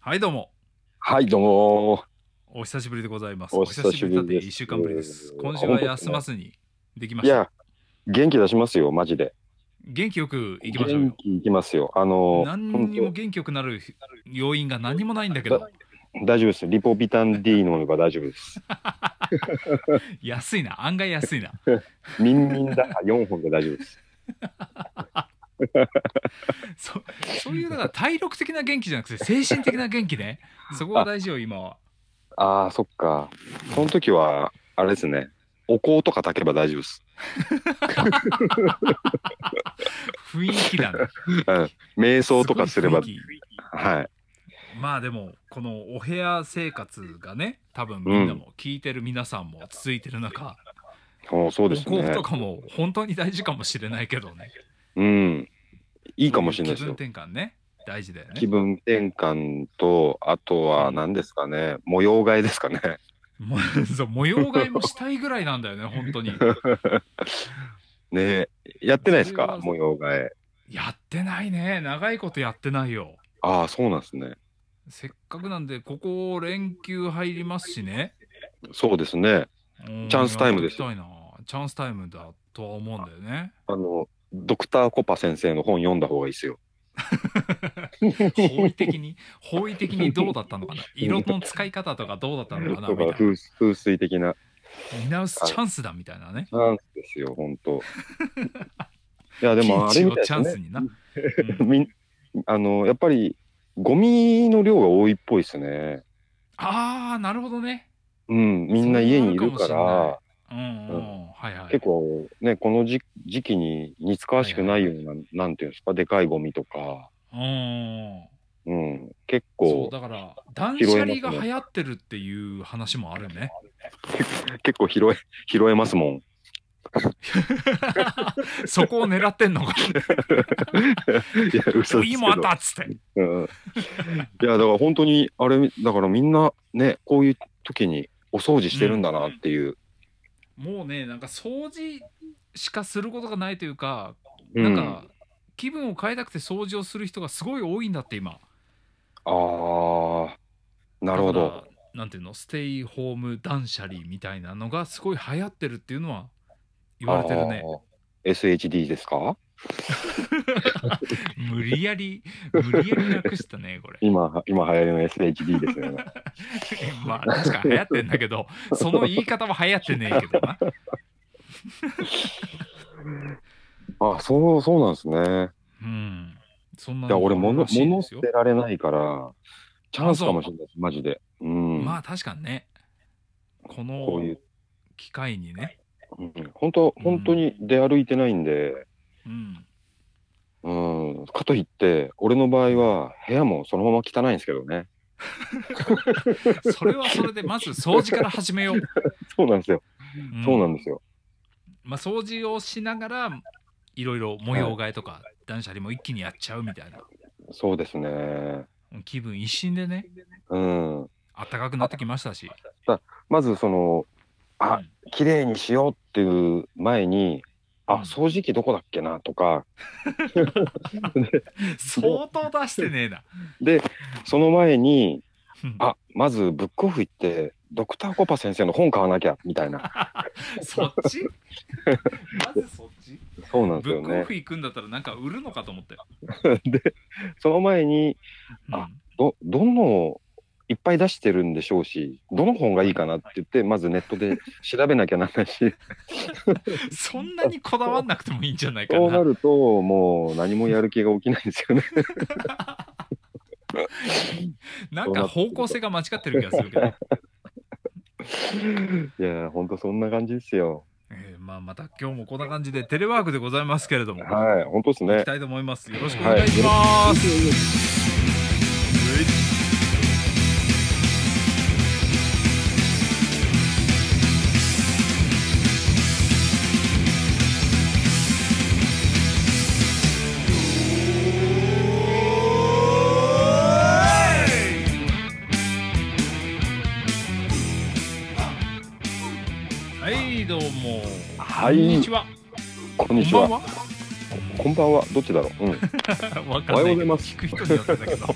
はいどうもはい、どうも。お久しぶりでございますお久しぶりですお久だって1週間ぶりです今週は休まずにできまいしたや、元気出しますよ、マジで。元気よく行きましょう元よ気いきますよ。あの、何にも元気よくなる要因が何もないんだけど本当大丈夫です。リポビタン D 飲めば大丈夫です。 安いな案外安いなミンミンだ、4本で大丈夫です。そそういうだから体力的な元気じゃなくて精神的な元気ねそこが大事よ今はああ、そっか。その時は、あれですね。お香とか炊けば大丈夫です。雰囲気だね瞑想とかすればごい、雰囲気はい。まあでもこのお部屋生活がね多分みんなも聞いてる皆さんも続いてる中、おそうです幸福ねと。かも本当に大事かもしれないけどねうん。いいかもしれないですよ。気分転換ね大事だよね気分転換と、あとは何ですかね。模様替えですかね。もう そう模様替えもしたいぐらいなんだよね 本当にねやってないですそれかは模様替え。やってないね長いことやってないよああ、そうなんですね。せっかくなんでここ連休入りますしねそうですね。うんチャンスタイムですやっていきたいなチャンスタイムだとは思うんだよねあの、ドクターコパ先生の本読んだ方がいいですよ。方位的に 方位的にどうだったのかな色の使い方とかどうだったのかなとみたいかな風風水的な見直すチャンスだみたいなね。チャンスですよ、本 当いや、でもあれピンチみたをいチャンですスね。にな。うん みあの、やっぱり、ゴミの量が多いっぽいですね。ああ、なるほどね。うん、みんな家にいるかそれはあるら、うんうん、はいはい。結構ね、この時時期に似つかわしくないような、なんていうんですか、でかいゴミとか、うん。うん、結そう構、だから断捨離が流行ってるっていう話もあるね。結構拾え、拾えますも ん。そこを狙ってんの か。いや、嘘ですけ今あっど。たっつって。うん いやだから本当にあれだからみんなねこういう時にお掃除してるんだなっていう、もうねなんか掃除しかすることがないというか、うんなんか気分を変えたくて掃除をする人がすごい多いんだって今。ああなるだほからどなんていうのステイホーム断捨離みたいなのがすごい流行ってるっていうのは言われてるねあー SHD ですか無理やり無理やりなくしたねこ れ今今流行りの SHD ですよ ねまあ確かに流行ってんだけどその言い方は流行ってねえけどなあそうそうなんですねうんそんないや俺もの物らしいで物す捨よてられないからチャンスかもしれないですマジでうん、まあ確かにねここのういう、機会にねうん、本当本当に出歩いてないんで、うんうん、かといって俺の場合は部屋もそのまま汚いんですけどねそれはそれでまず掃除から始めよう、そうなんですよ、うん そうなんですよまあ、掃除をしながらいろいろ模様替えとか断捨離も一気にやっちゃうみたいなそうですね。気分一新でねうん。暖かくなってきましたし、まずその、あうん綺麗にしようっていう前に、あ、うん掃除機どこだっけなとか、相当出してねえなで、その前に、うんあ、まずブックオフ行って、ドクターコパ先生の本買わなきゃ、みたい な。そっ ちまずそっちそうなんですブよックオね。フ行くんだったらなんか売るのかと思ったよ、で、その前に、うんあど、どの、いっぱい出してるんでしょうし、どの本がいいかなって言って、まずネットで調べなきゃならな いし、そんなにこだわんなくてもいいんじゃないかそうななると、もう何もやる気が起きないんですよね。なんか方向性が間違ってる気がするけど、いや、ほんとそんな感じですよ。えーまあまた今日もこんな感じでテレワークでございますけれども、はい、本当です行ねき。たいと思いますよろしくお願いします、はいどうもはいこんにちはこんにちは。こんばんはこんばんは。どっちだろう。うん。 わかおはんなよういけど ございます聞く人によってだけど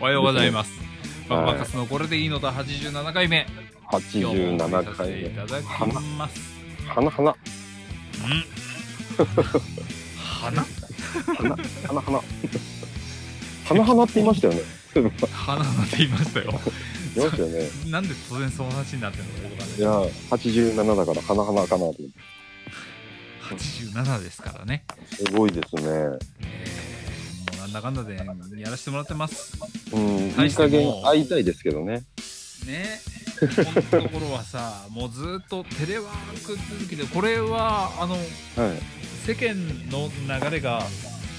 おはようございます。はいバカバカスのこれでいいのだ87回目。今日もお送り87させてい回目。ただきます。花花うん。花花花 花。花花って言いましたよね。言い花なんて言いましたよ。ましたよね。なんで突然その話になってんのか僕はいや、87だから花花かなと思って。 87ですからね。すごいですね。えーもうなんだかんだでやらせてもらってます。うん、い大いしても加減会いたいですけどね。 ね。このところはさ、もうずっとテレワーク続きで、これはあのはい。世間の流れが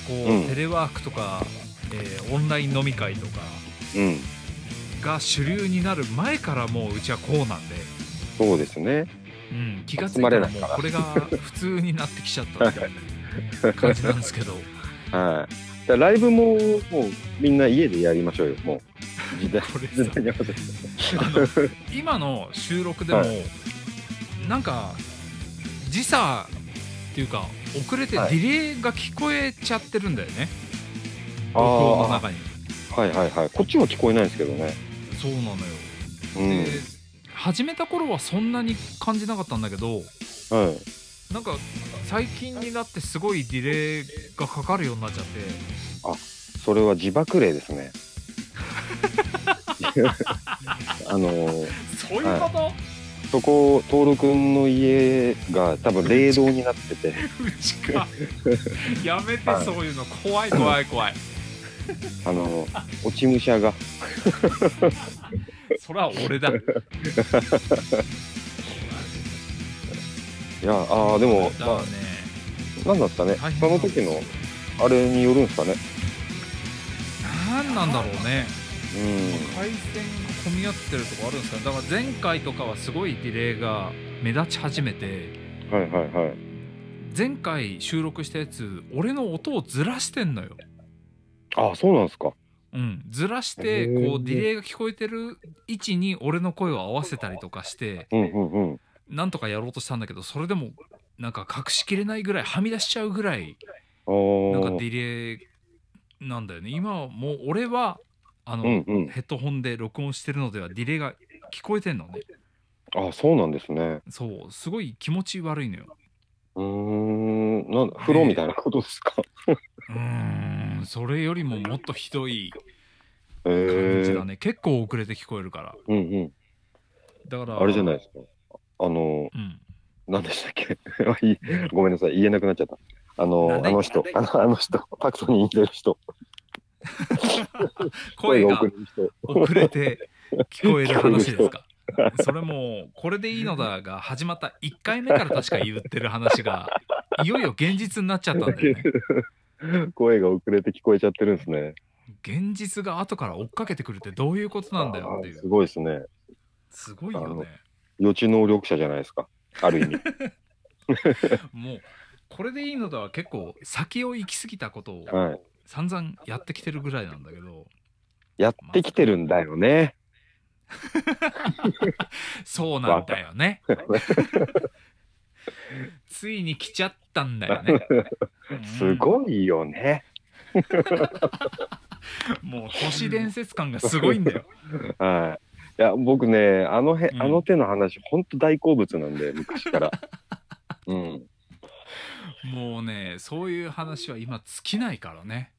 こう、うんテレワークとか、えーオンライン飲み会とかうん、が主流になる前からもううちはこうなんで、そうですね。うん、気がついた集まれらないもうからこれが普通になってきちゃったっていう感じなんです けどはい。だからライブも、もう、みんな家でやりましょうよ。もう。時代。 これ時さ代に合わ せあのて。今の収録でも、はなんか時差っていうか遅れてデはいィレイが聞こえちゃってるんだよね、あ録音のあ。中にはいはいはい。こっちは聞こえないですけどね。そうなのよ、うんで。始めた頃はそんなに感じなかったんだけどはい。なんか最近になってすごいディレイがかかるようになっちゃってそれは自爆霊ですね。 あのそういうこと、そこ徹君の家が多分霊堂になっ ててうちかやめてはいそういうの怖い怖い怖いあの落ち武者がそら俺だいやあーでも、だまねあ、なんだったね大変そなのんです時よのあれによるんですかね何なんだろうねう回線が混み合ってるとこあるんですかねだから前回とかはすごいディレイが目立ち始めてんはいはいはい前回収録したやつ俺の音をずらしてんのよああそうなんですかうん、ずらしてへーこうディレイが聞こえてる位置に俺の声を合わせたりとかしてうんうんうんなんとかやろうとしたんだけどそれでもなんか隠しきれないぐらいはみ出しちゃうぐらいあなんかデーィレイなんだよね今はもう俺はあの、うんうんヘッドホンで録音してるのではディレイが聞こえてんのねあそうなんですねそうすごい気持ち悪いのようーんなん風呂みたいなことで すかうーんそれよりももっとひどいへえ感じだー、ね結構遅れて聞こえるからうんうんだからあれじゃないいですかあのうん何でしたっけ いいごめんなさい、言えなくなっちゃった。あなのん、であの人、あのあの人、パクソニーに出る人、声が遅れる人。遅れて聞こえる話ですかそれも「これでいいのだ」が始まった1回目から確か言ってる話がいよいよ現実になっちゃったんだよね声が遅れて聞こえちゃってるんですね。現実が後から追っかけてくるってどういうことなんだよっていあーすうごいですね。すごいよね予知能力者じゃないですか。ある意 味。もう「これでいいのだ」は結構先を行き過ぎたことをはい。散々やってきてるぐらいなんだけどやってきてるんだよね。そうなんだよねついに来ちゃったんだよね すごいよね。もう都市伝説感がすごいんだよ。はい。いや、僕ね、あのへ、うんあの手の話、ほんと大好物なんで、昔から。うん。もうね、そういう話は今尽きないからね。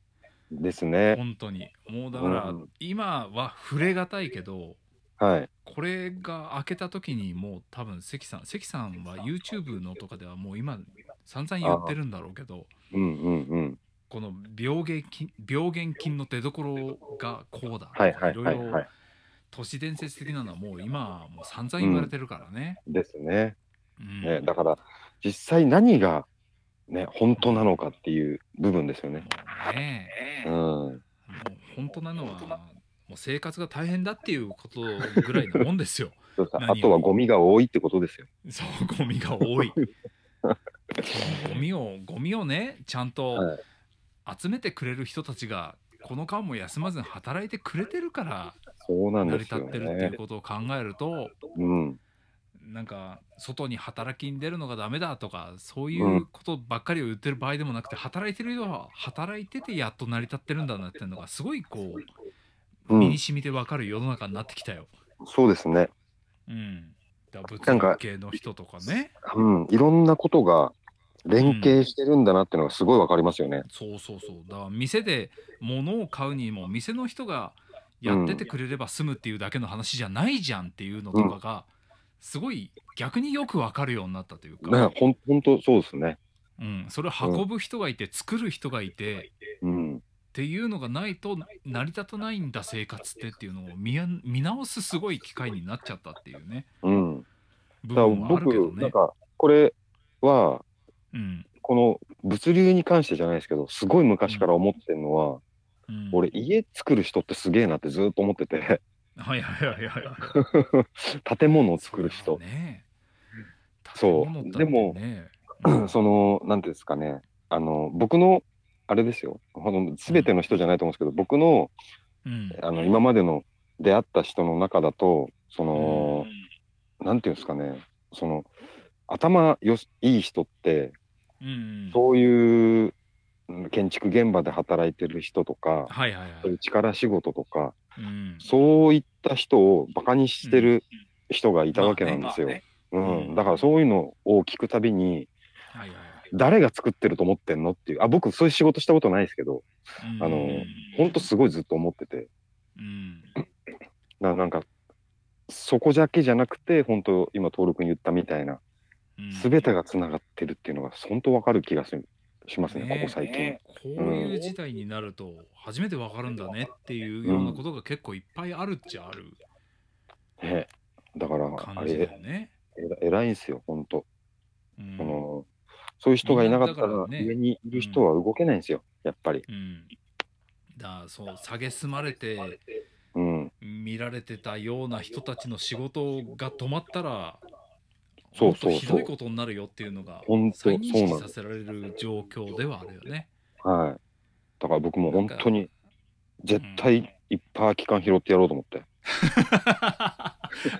ですね。本当に。もうだからうん、今は触れがたいけど、はい。これが開けた時にもう多分関さん、関さんは YouTube のとかではもう今散々言ってるんだろうけど、うんうんうん。この病原菌病原菌の出所がこうだ、はいはいろはいいはろい。都市伝説的なのはもう今はもう散々言われてるからね。ですね。うんね、だから実際何が、ね、本当なのかっていう部分ですよね。もうねうん、もう本当なのはもう生活が大変だっていうことぐらいのもんですよ。そうですね何をあとはゴミが多いってことですよ。そうゴミが多い。ゴミをゴミをねちゃんとはい集めてくれる人たちがこの間も休まずに働いてくれてるからそうなん成りです立よってるっていねう。ことを考えるとうん、なんか外に働きに出るのがダメだとかそういんうことばっかりを言ってる場合でもなくて働いてる人は働いててやっと成り立ってるんだなっていうのがすごいこううん身に染みてわかる世の中になってきたよ。そうですね。うん。だからなん物か理系の人とかね。うん、いろんなことが連携してるんだなっていうのがすごいわかりますよね。そうそうそう。だから店で物を買うにも店の人がやっててくれれば済むっていうだけの話じゃないじゃんっていうのとかが、すごい逆によくわかるようになったというだからか、ほん本当そうですね。うん、それを運ぶ人がいて作る人がいて、うん、っていうのがないと成り立たないんだ生活ってっていうのを見や見直すすごい機会になっちゃったっていうねうん。部だから分はある僕、けどなんね。かこれはうんこの物流に関してじゃないですけど、すごい昔から思ってるのは、うん、俺家作る人ってすげえなってずっと思ってて、はいはいはいはいはい。建物を作る人そう、だね。そう建物だってね、 そのなんていうんですかね、あの僕のあれですよ、あの全ての人じゃないと思うんですけど、僕のうん、あの今までの出会った人の中だと、その、なんていうんですかね、その頭よしいい人って、うん、そういううん建築現場で働いてる人とか、はいはいはそういい。う力仕事とか、うんそういった人をバカにしてる人がいたわけなんですよ。まあねうん、だからそういうのを聞くたびに、はいはいはい誰が作ってると思ってんのっていう、あ、僕そういう仕事したことないですけど、うんあのほんとすごいずっと思ってて、うんななんか、そこだけじゃなくて、本当今、登録に言ったみたいな、うんすべてがつながってるっていうのが、本当わかる気がするしますね、ねえここ最近。こういう事態になると初めてわかるんだねっていうようなことが結構いっぱいあるっちゃあるね、だから、あ感じだよれ、ね。えら偉いんですよ、本当、うんそのそういう人がいなかっみんたなだら、からね上にいる人は動けないんですよ、やっぱり。うん、だそう蔑まれてうん、見られてたような人たちの仕事が止まったらそうそうそうほんとひどいことになるよっていうのが本当、そう再なん認で識すさ。せられる状況ではあるよね。はい。だから僕も本当に、絶対いっぱい空き缶拾ってやろうと思って。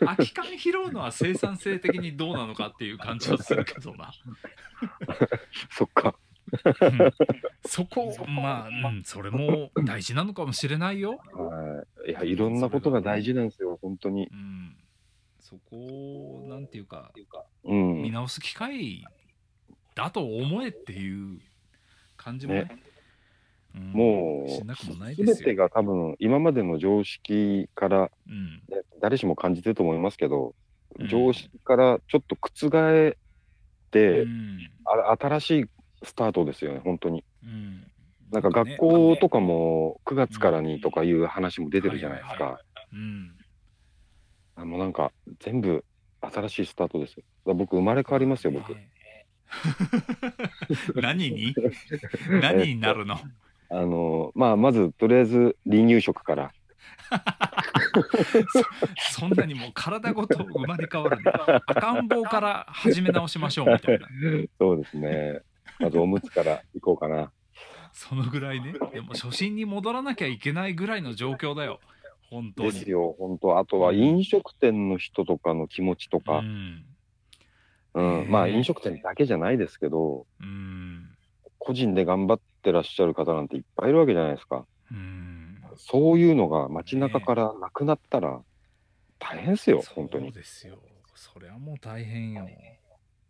空き缶拾うのは生産性的にどうなのかっていう感じはするけどな。そっうか。んそこまあ、うん、それも大事なのかもしれないよ。はい。いや、いろんなことが大事なんですよ、本当に。うん、そこをなんていうかう見ん。直す機会だと思えっていう感じもね。ねうんもしう、なくもないすでべすよて。が多分、今までの常識から、うん、ね誰しも感じてると思いますけどう、ん常識からちょっと覆って、うんあ新しいスタートですよね、本当に。うんなんか学校とかも9月からにとかいう話も出てるじゃないですうんか。うん、あもうなんか全部新しいスタートですよ。だから僕生まれ変わりますよ、僕。ね 何 に何になるのあのまあまずとりあえず離乳食から。そんなにもう体ごと生まれ変わるの赤ん坊から始め直しましょうみたいなそうですね。まずおむつから行こう かな。そのぐらいねでも初心に戻らなきゃいけないぐらいの状況だよ本当でにすよ、本当。あとは飲食店の人とかの気持ちとうか、んうんうんまあ飲食店だけじゃないですけど、うん個人で頑張ってらっしゃる方なんていっぱいいるわけじゃないですか。うんそういうのが街中からなくなったら大変ですよ、本当そうに。ですよそりゃもう大変よ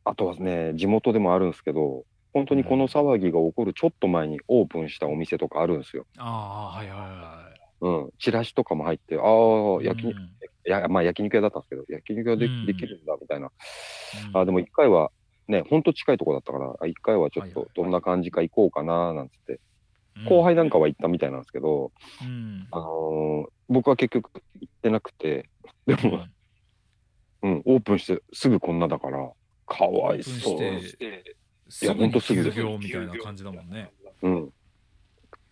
あとはね、地元でもあるんですけど、本当にこの騒ぎが起こるちょっと前にオープンしたお店とかあるんですよ。ああはいはいはうん、チラシとかも入って、ああ、い焼き、ういんや、まあ焼肉屋だったんですけど、焼肉屋で,、うんできるんだみたいな。うんあーでも一回は、ね、ほんと近いとこだったから、あ一回はちょっはいとはいどんな感じか行こうかななんつって、後輩なんかは行ったみたいなんですけど、うんあのー僕は結局行ってなくて、でうも、んうん、オープンしてすぐこんなだから、かわいそオープンうし。いすやぐほんにとすぐ休業みたいな感じだもんねうん。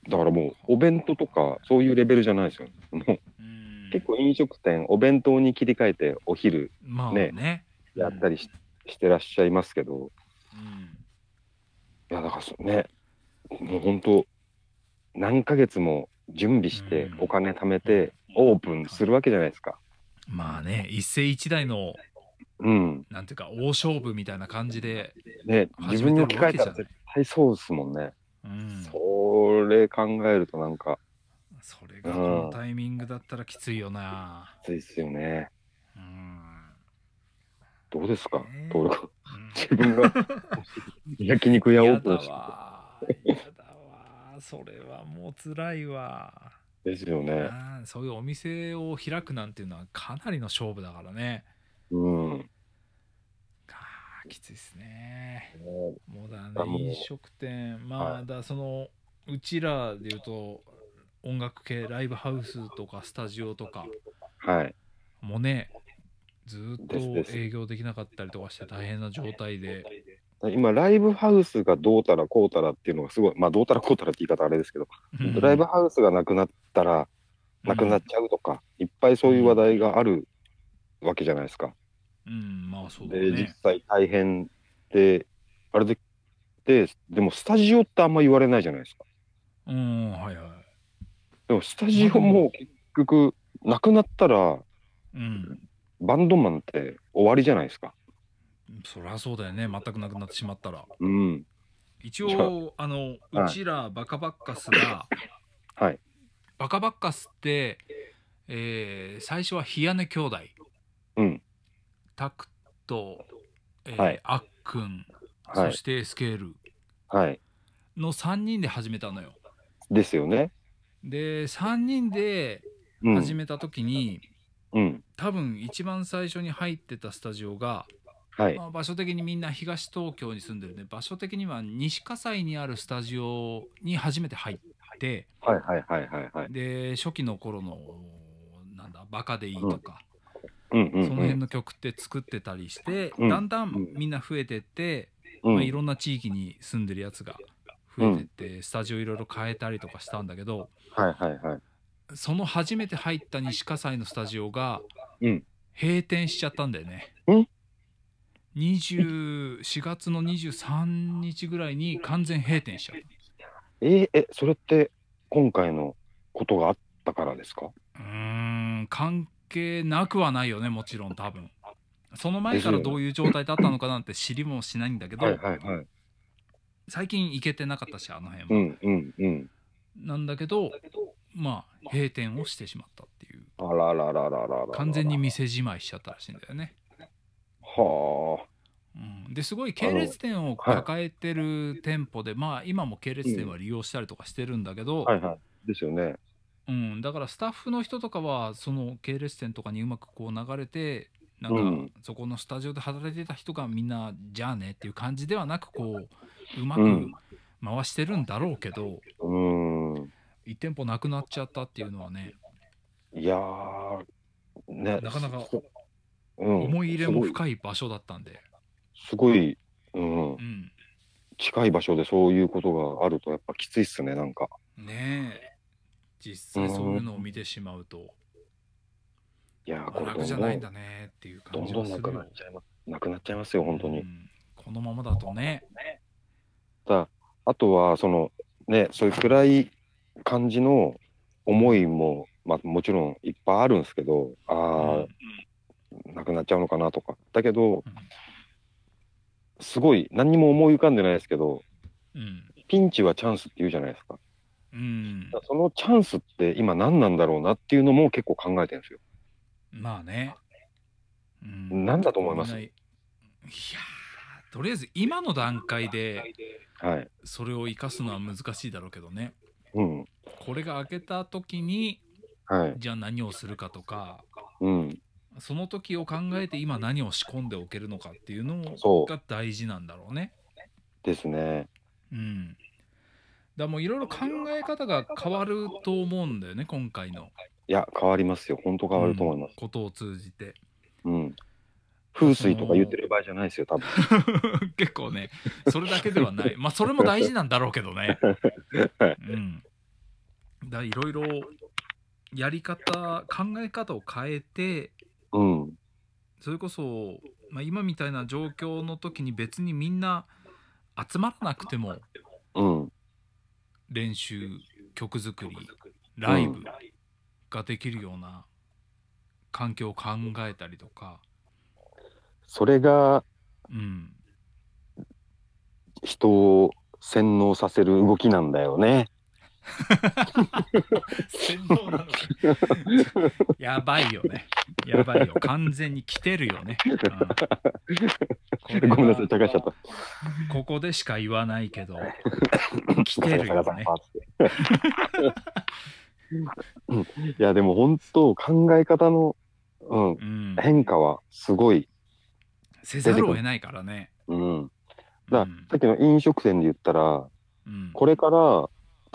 だからもう、お弁当とか、そういうレベルじゃないですよね。もううん結構飲食店、お弁当に切り替えて、お昼まあねねやったりし,、てらっしゃいますけど、うんいや、だからそうね、もう本当、何ヶ月も準備してう、んお金貯めて、オープンするわけじゃないですか。まあね一世一代のうん。なんていうか大勝負みたいな感じで、ね、自分に置き換えた始めてるわけじゃならい絶対そうですもんね。うん、それ考えると、なんか、それがこのタイミングだったらきついよな。ついっすよね。うん。どうですかね、徹君。うん自 分が焼肉屋オープンやしだわー。やだわー。それはもう辛いわ。てですよね。あーそういうお店を開くなんていうのはかなりの勝負だからね。うん。ねあーきついですね。えもうだあもねう飲食店まはあだそのうちらで言うと音楽系ライブハウスとかスタジオとかはい。もねずーでっすとです営業できなかったりとかして大変な状態で今、ライブハウスがどうたらこうたらっていうのがすごい、まあ、どうたらこうたらって言い方あれですけど、うんライブハウスがなくなったら、なくなっちゃうとか、いっぱいそういう話題があるわけじゃないですか。うんうんまあそうだで、実ね際大変で、あれで、で、でもスタジオってあんま言われないじゃないですか。うんはいはいでもスタジオも結局、なくなったら、うんバンドマンって終わりじゃないですか。そりゃそうだよね全くなくなってしまったらうん。一応あのはいうちらバカバッカスが、はいバカバッカスって、えー最初は冷根兄弟、うんタクト、えーはいあっくんはそいし。てスケールはい。の3人で始めたのよですよね。で3人でうん。始めた時に、うん。多分一番最初に入ってたスタジオが、はい。まあ、場所的にみんな東東京に住んでるんで場所的には西葛西にあるスタジオに初めて入って、はいはいはいはいはい。で初期の頃のなんだ「バカでいい」とか、うんうん、うん。その辺の曲って作ってたりして、うんだんだんみんな増えてって、うんまあ、いろんな地域に住んでるやつが増えてって、スタジオいろいろ変えたりとかしたんだけどはいはいはい。その初めて入った西葛西のスタジオがうん閉店しちゃったんだよね。うん24月の23日ぐらいに完全閉店しちゃった。えーえ、それって今回のことがあったからですかうーん関係なくはないよねもちろん多分その前からどういう状態だったのかなんて知りもしないんだけど、はいはいはい。最近行けてなかったしあの辺うも、んうんうん。なんだけどまあ閉店をしてしまったっていうあららららららら。完全に。店じまいしちゃったらしいんだよね、はうん、ですごい系列店を抱えてる店舗で、まあ今も系列店は利用したりとかしてるんだけど、あ。はいはい。ですよね。うん、だからスタッフの人とかはその系列店とかにうまくこう流れてなんかうんそこのスタジオで働いてた人がみんなじゃあねっていう感じではなくこううまくうん回してるんだろうけど、うーん。一1店舗なくなっちゃったっていうのはねいやー。ね。なかなかそうん、思い入れもすごい深い場所だったんで、すごい、うんう、ん、近い場所でそういうことがあるとやっぱきついっすねなんかねえ実際そういうのを見てしまうといやーこれ楽じゃないんだねっていうど感んじどはんすなるくなよっ。ちゃいますなくなっちゃいますよ本当に、うんこのままだとね、だあとはそのねそういう暗い感じの思いも、まあ、もちろんいっぱいあるんですけどうんああ、なくなっちゃうのかなとかだけどうんすごい何にも思い浮かんでないですけどうんピンチはチャンスって言うじゃないですかうんだからそのチャンスって今何なんだろうなっていうのも結構考えてるんですよまあね。うん何だと思いますみんないやーとりあえず今の段階ではいそれを生かすのは難しいだろうけどね。うんこれが開けた時にはいじゃあ何をするかとかうんその時を考えて今何を仕込んでおけるのかっていうのそうが大事なんだろうね。ですねうん。だからもういろいろ考え方が変わると思うんだよね今回のいや変わりますよ本当変わると思います、ことを通じて。うん風水とか言ってる場合じゃないですよ多分結構ねそれだけではないまあそれも大事なんだろうけどねうんだからいろいろやり方考え方を変えてうんそれこそ、まあ、今みたいな状況の時に別にみんな集まらなくてもうん練習曲作りライブができるような環境を考えたりとかそれがうん人を洗脳させる動きなんだよね。洗脳なの やばいよね。やばいよ。完全に来てるよね。うんこれは ごめんなさい、茶化しちゃった。ここでしか言わないけ ど、来てるよね。いや、でも本当、考え方の、うん、うん、変化はすごい。せざるを得ないからね。うん。うだからんさっきの飲食店で言ったら、うんこれから、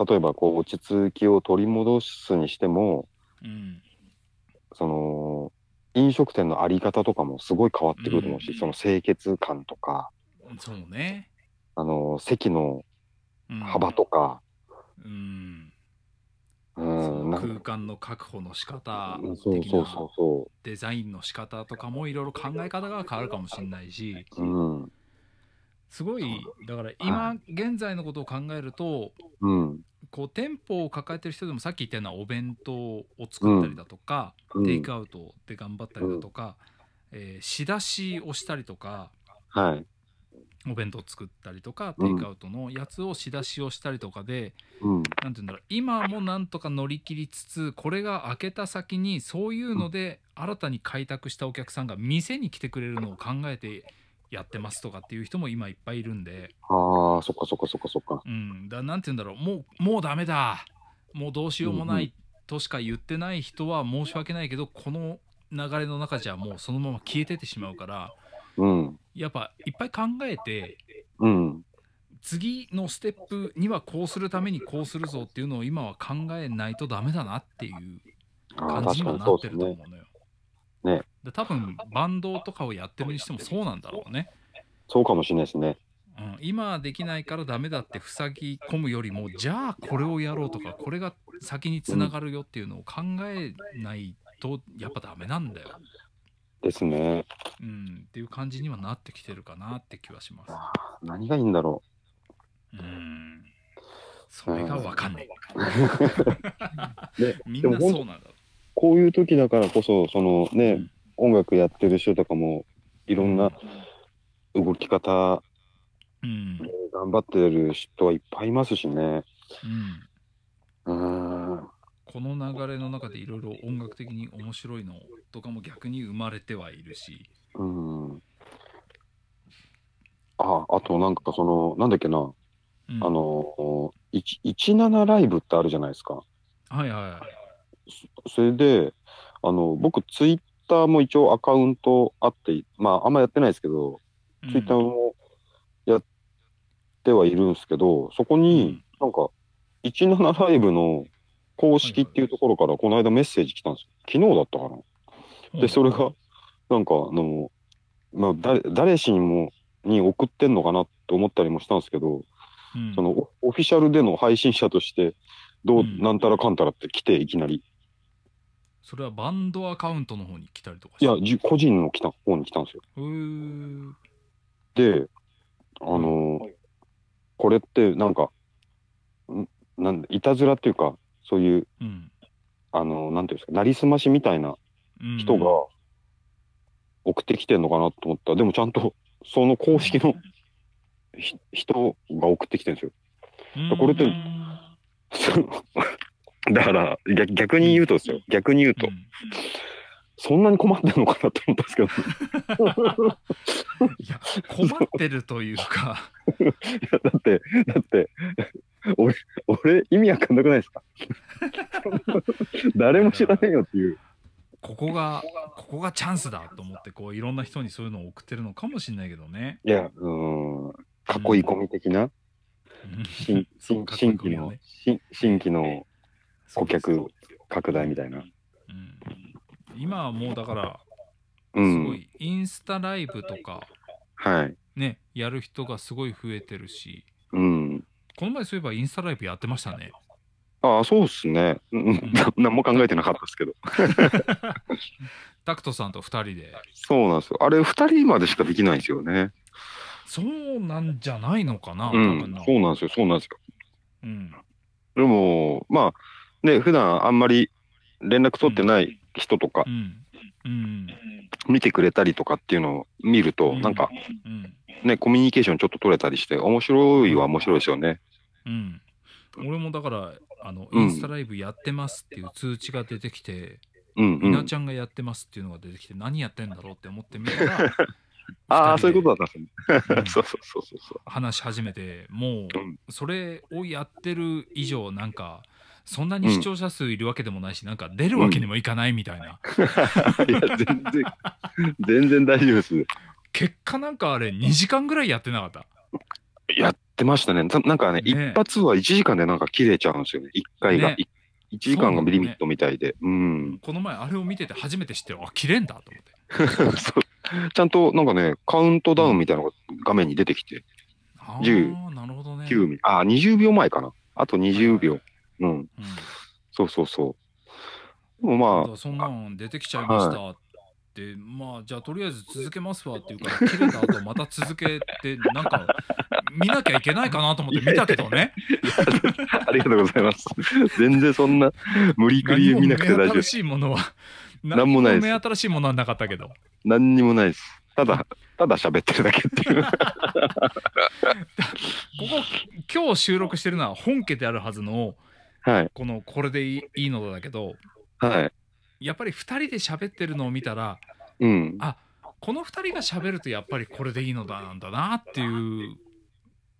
例えばこう、落ち着きを取り戻すにしても、うんその、飲食店のあり方とかもすごい変わってくると思うし、うんその清潔感とか、そうね。あの席のうん幅とか、うん、うそん、のなんか空間の確保の仕方うん的そなうそうそうそデザインの仕方とかもいろいろ考え方が変わるかもしれないしう。うん。すごいだから今現在のことを考えるとうん。こう店舗を抱えてる人でもさっき言ったようなお弁当を作ったりだとか、うんテイクアウトで頑張ったりだとか、えー仕出しをしたりとかはい。お弁当作ったりとかうテんイクアウトのやつを仕出しをしたりとかでうん。なんて言うんだろう今もなんとか乗り切りつつこれが開けた先にそういうので新たに開拓したお客さんが店に来てくれるのを考えてやってますとかっていう人も今いっぱいいるんで、ああ、そっかそっかそっかそっか。うん、だなんて言うんだろうもうもうダメだもうどうしようもなういとしか言ってない人は申し訳ないけどこの流れの中じゃもうそのまま消えてってしまうからうん。やっぱいっぱい考えてうん。次のステップにはこうするためにこうするぞっていうのを今は考えないとダメだなっていうああ、感じに確かはになそっうてでるすとね。思うのよ。ねで多分バンドとかをやってるにしてもそうなんだろうね。そうかもしれないですね。うん、今できないからダメだって塞ぎ込むよりもじゃあこれをやろうとかこれが先につながるよっていうのを考えないとやっぱダメなんだよ、ですね。うん、っていう感じにはなってきてるかなって気はします。ああ何がいいんだろうんそれがわかんない。 う。で、みんなそうなんだろこういう時だからこそ、そのう。ね、音楽やってる人とかも、いろんな動き方、うん。頑張ってる人はいっぱいいますしね。うん。うーん。この流れの中でいろいろ音楽的に面白いのとかも逆に生まれてはいるし。うん。あ、あとなんかその、なんだっけな、うんあの、いち17ライブってあるじゃないですか。はいはそれで、あの、僕、ツイッターも一応アカウントあって、まあ、あんまやってないですけど、い。ツイッターうんもやってはいるんですけど、そこになんか、17ライブの公式っていうところから、この間メッセージ来たんですよ。昨日だったかな。で、それが、なんか、あの、まあ、誰、誰しにも、に送ってんのかなって思ったりもしたんですけど、うんその、オオフィシャルでの配信者として、どう、うんなんたらかんたらって来て、いきなり。それはバンドアカウントの方に来たりとかいしてや、じ個人の来た方に来たんですよ。うーんで、あのーこれって、なんか、んなんいたずらっていうか、そういう、うんあのーなんていうんですか、なりすましみたいなうん人が送ってきてんのかなと思ったら、でもちゃんと、その公式のひ人が送ってきてるんですよ。 うんこれってうんそうだから逆逆に言うとですよ、逆に言うと、うんそんなに困ってるのかなと思ったんですけど、いや困ってるというか だって、だって、俺、俺、意味わかんなくないですか 誰も知らないよっていう。ここがここがチャンスだと思ってこういろんな人にそういうのを送ってるのかもしれないけどねいや、うーん、囲い込み的うな、ん新そう新囲い込 新み規をのね、新新規の顧そう客そう拡大みたいな。うん今はもうだからうすごん。いインスタライブとかはい。ねやる人がすごい増えてるしうん。この前そういえばインスタライブやってましたねああ、そうっすね。うんな何も考えてなかったですけど。タクトさんと2人でそうなんですよ。あれ、2人までしかできないんですよね。そうなんじゃないのかな、う多分んな。そうなんですよ。そうなんですよ。うんでも、まあ、ね、普段あんまり連絡取ってない人とかう、んうん見てくれたりとかっていうのを見ると、うんなんかうんね、コミュニケーションちょっと取れたりして、面白いは面白いですよね。うん俺もだからあの、うんインスタライブやってますっていう通知が出てきて、うんう。、みなんちゃんがやってますっていうのが出てきて、何やってんだろうって思ってみたら ああ、二人そういでうことだったん うでんすね。そうそうそうそうそう。話し始めて、もうんう、それをやってる以上、なんか、そんなに視聴者数いるわけでもないし、なんか出るわけにもいかないみたいな。いや、全然、全然大丈夫です。結果なんかあれ、2時間ぐらいやってなかった。やってましたね。たなんかね、ね一発は1時間でなんか切れちゃうんですよね。1回が。ねい一1時間がリミットみたいで。うん。この前、あれを見てて初めて知って、あ、切れんだと思って。そうちゃんとなんかね、カウントダウンみたいなのが画面に出てきて、あ10あ、なるほどね。 9秒、あ、20秒前かな。あと20秒。うん。うんそうそうそう。でもだかまあ、らそんなん出てきちゃいましたって、まあじゃあとりあえず続けますわっていう から切れた後また続けてなんか見なきゃいけないかなと思って見たけど ねありがとうございます。全然そんな、無理くり何も見目なくて大丈夫新。しいものは何もないです何目新しいものはなかったけど何にもないです。ただ、ただ喋ってるだけって いう。ここ今日収録してるのは本家であるはずのはい。このこれでいいいいのだけどはい。やっぱり2人で喋ってるのを見たらうん。この2人が喋るとやっぱりこれでいいのだなんだなっていう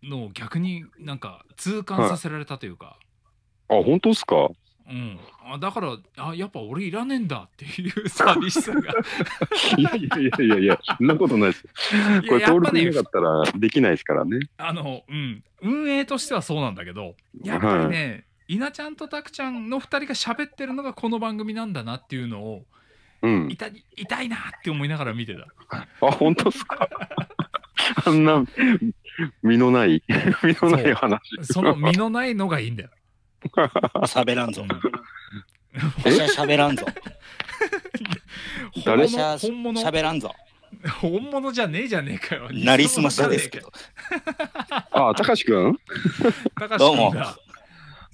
のを逆になんか痛感させられたというか、あ、本当ですかうん、あだからあやっぱ俺いらねえんだっていう寂し さがいやいやいやいやいや、そんなことないです。いこややれっ登ぱ録ねなかったらできないですからね。あの、うん、運営としてはそうなんだけどやっぱりね、稲ちゃんとたくちゃんの2人が喋ってるのがこの番組なんだなっていうのをうん。痛い痛いなって思いながら見てたあ、本当ですか あんな、身の ない、身のない話。その身のないのがいいんだよ。喋らんぞうん。私は喋らんぞ。本誰物私は本物喋らんぞ。本物じゃねえじゃねえかよ。なりすましですけど。あ、たかしくん高ど橋うも君が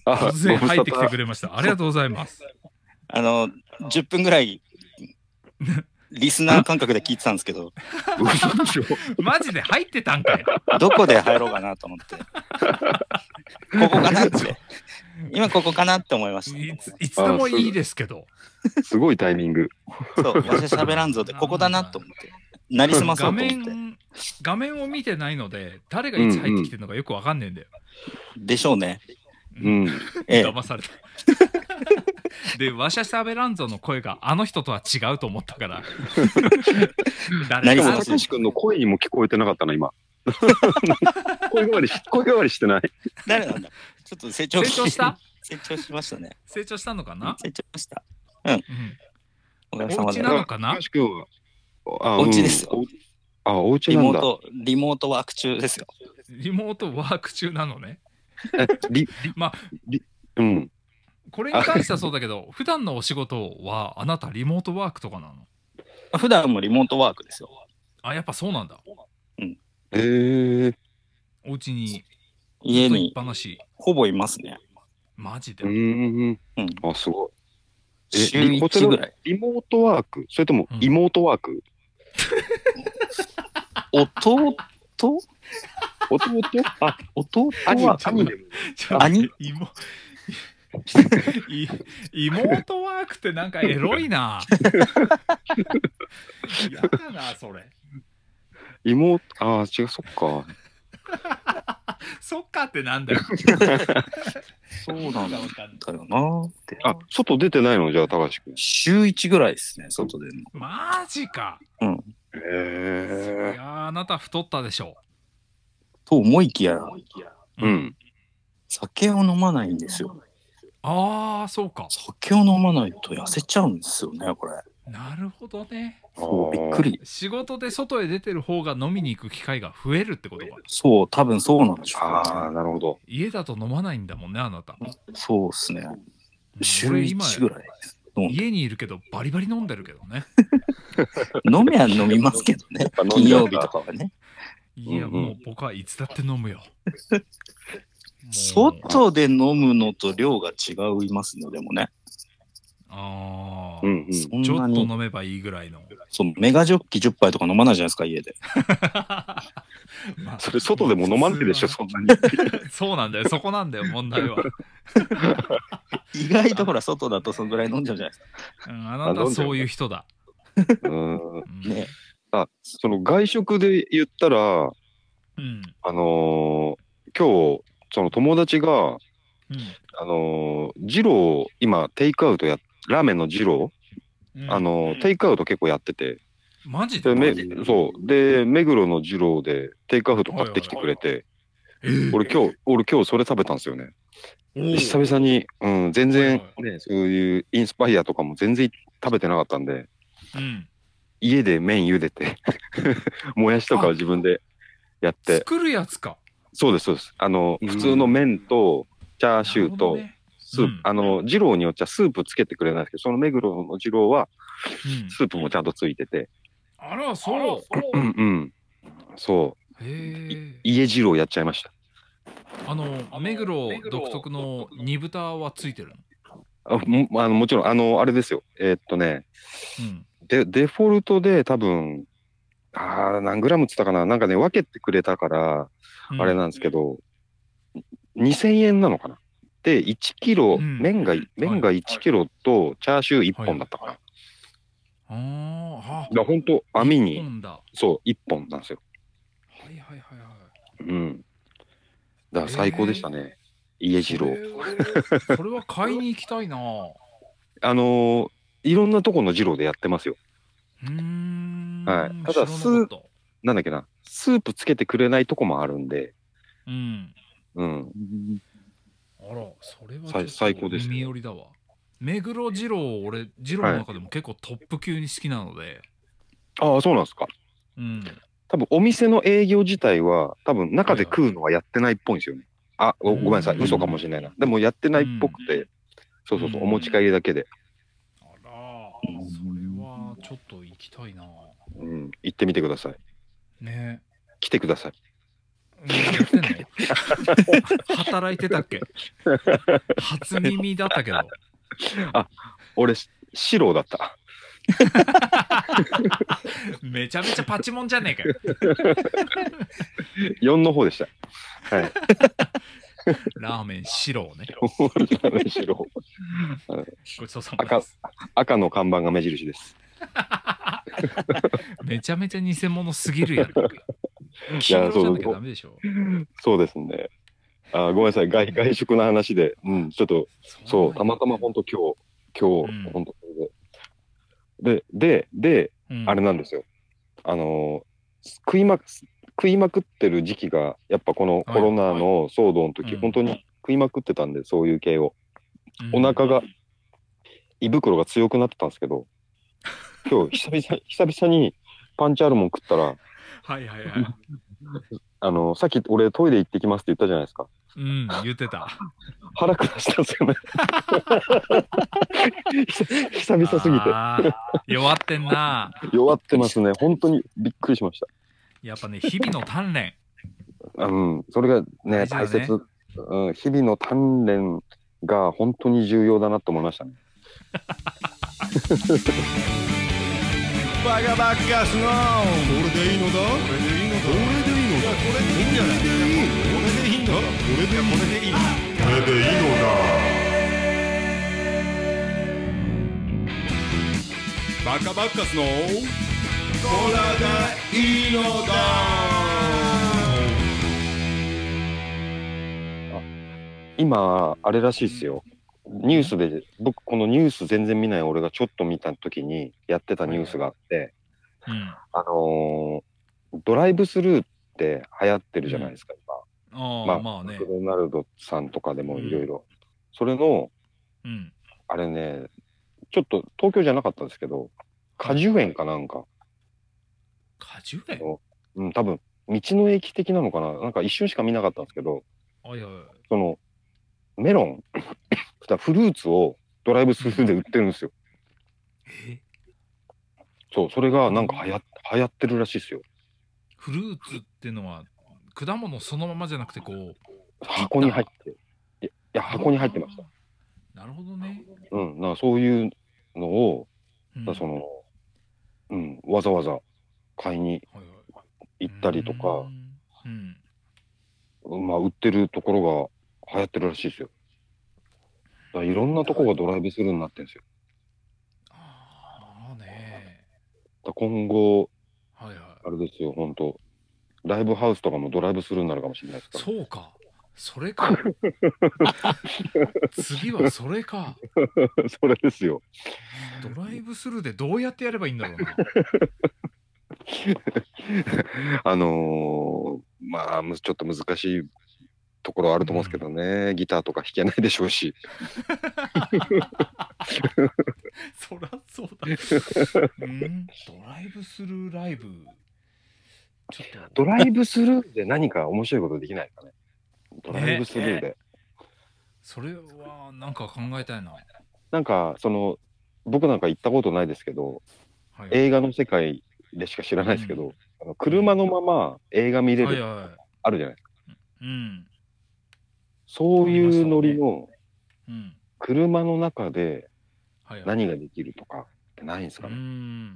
あ突、然ご無沙入ってきて汰くれま した。ありがとうございます。あの、10分ぐらい、リスナー感覚で聞いてたんですけど、嘘でしょマジで入ってたんかい。どこで入ろうかなと思って。ここかなって。今ここかなって思いましいついつでもいいですけど、すごいタイミング。た。そう、私は喋らんぞで、ここだなと思って。なりすまそ画うと思って。面画面を見てないので、誰がいつ入ってきてるのかよくわかんねえんだよ。でしょうね。うん。ええ。騙された。で、わしゃしゃべらんぞの声があの人とは違うと思った から。誰何しかもがそうたそうかしくんの声にも聞こえてなかった な、今。声変わりし、声変わりしてない。誰なんだちょっと成長成長した成長しましたね。成長したのかな、成長しました。うんおかげさおま家でな。のかなたかしくんは、あお家ですよ。うんあ、お家リなんモーだ。ト、リモートワーク中ですよ。リモートワーク中なのね。えリまあリうん。これに関してはそうだけど、普 段のお仕事はあなたリモートワークとかなの普段もリモートワークですよ。あ、やっぱそうなんだ。えー、お家にず家っといっにぱなし。ほぼいますね。マジでう。ーん。うん。あ、すごい。え週リこちら1ぐらい。リモートワークそれともうん妹ワーク、弟 弟あ、弟兄は兄でも。ちょっと兄妹い妹ワークってなんかエロいな。 やだな、それ。妹、あー、違う、そっか。そっかってなんだよ。そうなんだわかんないよなって。あ、外出てないのじゃあ、高橋君。週1ぐらいですね、外で。マジか。いへやーあなた太ったでしょと思いきや、ー。うん。酒を飲まないんですよ。ああ、そうか。酒を飲まないと痩せちゃうんですよね、これ。なるほどね。そうびっくり。仕事で外へ出てる方が飲みに行く機会が増えるってことか。そう、多分そうなんでしょあー、うなるほど。家だと飲まないんだもんね、あなた。ね。そうですね。週俺今1ぐらいです。飲んで家にいるけどバリバリ飲んでるけどね。飲めは飲みますけどねぱ飲。ん金じゃう曜んだ日とかはね。いや、うんうんもう僕はいつだって飲むよ。もう外で飲むのと量が違いますのでもね。ああ、うんうん。そんちょなっとに、飲めばいいぐらいの。そう、メガジョッキ10杯とか飲まないじゃないですか、家で。まあそれ外でも飲まないでしょ、そんなに。 そうなんだよ、そこなんだよ、問題は。意外とほら、外だとそんぐらい飲んじゃうじゃないですか。うん、あなたはそういう人だ。うんうんねあ、その外食で言ったら、うん。あのー今日、その友達が、うんあのー、ジロー、今、テイクアウトや、ラーメンのジロうんー、あのーテイクアウト結構やってて、マジでで、めマジでそう、で、目黒のジローでテイクアウト買ってきてくれて、えー俺今日、俺今日それ食べたんですよね。おでー久々に、うん、全然は、ね、そういうインスパイアとかも全然食べてなかったんで、うん家で麺茹でて、 もやしとかは自分でやって、作るやつか。そうです、そうです。あの、うん普通の麺と、チャーシューと、なるスープ、うんあの、二郎によっちゃスープつけてくれないんですけど、その目黒の二郎はほどねうんスープもちゃんとついてて、あら、そう。うんうん。そう、へえ。家二郎やっちゃいました。あの、目黒独特の煮豚はついてるの。あもあのもちろん、あの、あれですよ。えーっとね、うん。で、デフォルトで多分、ああ、何グラムっつったかななんかね、分けてくれたから、うんあれなんですけど、2000円なのかなで、1キロ、うん麺が、麺が1キロと、チャーシュー1本だったかな。あーあ。だから本当網日に、本だ。はそう、1本なんですよ。いはいはいはい。うん。だから最高でしたね。家次郎。それそれは買いに行きたいな。うあのーいろんなとこの次郎でやってますよ。ーん。はいただ知らなかったなんだっけな、スープつけてくれないとこもあるんで、うん。うん。あら、それは最最高でした耳寄りだわ。目黒二郎、俺、二郎の中でも結構トップ級に好きなので。ああ、そうなんですか。うん。多分お店の営業自体は、多分中で食うのはやってないっぽいんですよね。あ、ごごめんなさい、うん嘘かもしれないな。でもやってないっぽくて、そうそうそうう、んお持ち帰りだけで、あら、それはちょっと行きたいな。うん、行ってみてください。ね来てください。うんやってんの 働いてたっけ初耳だったけど。俺、四郎だった。 めちゃめちゃパチモンじゃねえかよ。 4の方でした。 ラーメン白をね。四郎。ごちそうさまです。赤の看板が目印です。めちゃめちゃ偽物すぎるや ん。黄や色じゃそうなきゃダメでしょ。そうですね。あーごめんなさい外、外食の話で、うん、ちょっと、そう、たまたま本当今日、今うん日、本当で。で、で、で、うんあれなんですよ。あのー食いまく、食いまくってる時期が、やっぱこのコロナの騒動の時、うん本当に食いまくってたんで、そういう系を。うんお腹が、胃袋が強くなってたんです けど、今日、久々、久々にパンチあるもん食ったら、はいはいはい。あのーさっき俺トイレ行ってきますって言ったじゃないですか。うん、言ってた。腹下したんですよね。 久々すぎて。あー弱ってんな。弱ってますね。本当にびっくりしましやっぱね、日々の鍛錬。た。うん。それがね、大大事だね切、うん。日々の鍛錬が本当に重要だなと思いましたね。バカバカすなこれでいいのだこれでいいのだこれでいいのだこれでいいんじゃないこれでいいんだこれでいいこれでいいこれでいいのだバカバカすのこれでいいのだ今、あれらしいですよ。ニュースで、僕、このニュース全然見ない俺がちょっと見た時にやってたニュースがあって、うん。あのードライブスルーって流行ってるじゃないですか、今。あまあ、あまあねマク。ドナルドさんとかでもいろいろ。それの、うん。あれね、ちょっと東京じゃなかったんですけど、果樹園かなんか、果樹園うん、多分、道の駅的なのかな、なんか一瞬しか見なかったんですけど、はいはい。その、メロン、 フルーツをドライブスルーで売ってるんですよ。えそう、それがなんか流行流行ってるらしいですよ。フルーツってのは果物そのままじゃなくてこう箱に入って。いや、いや箱に入ってました。たなるほどねうん、なんかそういうのを、うんだからその、うん、わざわざ買いにはいはい行ったりとうか、んうんまあ、売ってるところが流行ってるらしいですよ。だからいろんなとこがドライブスルーになってるんですよ。ああねだから今後、はいはあれですよ、本当ライブハウスとかもドライブスルーになるかもしれないですいから。そうかそれ か次はそれかそ れですよ。ドライブスルーでどうやってやればいいんだろう なあのーまあ、むちょっと難しいところはあると思うんですけどね、ギターとか弾けないでしょうし、そらそうだ うんドライブスルーライブちょっとドライブスルーで何か面白いことできないかね。ドライブスルーで。それはなんか考えたいな、はいなんか、その、僕なんか行ったことないですけど、はい、映画の世界でしか知らないですけど、うあの車のまま映画見れる、はいはあるじゃないですか。いうんそういうノリのうん車の中ではいはい何ができるとかってないんですかうね。ん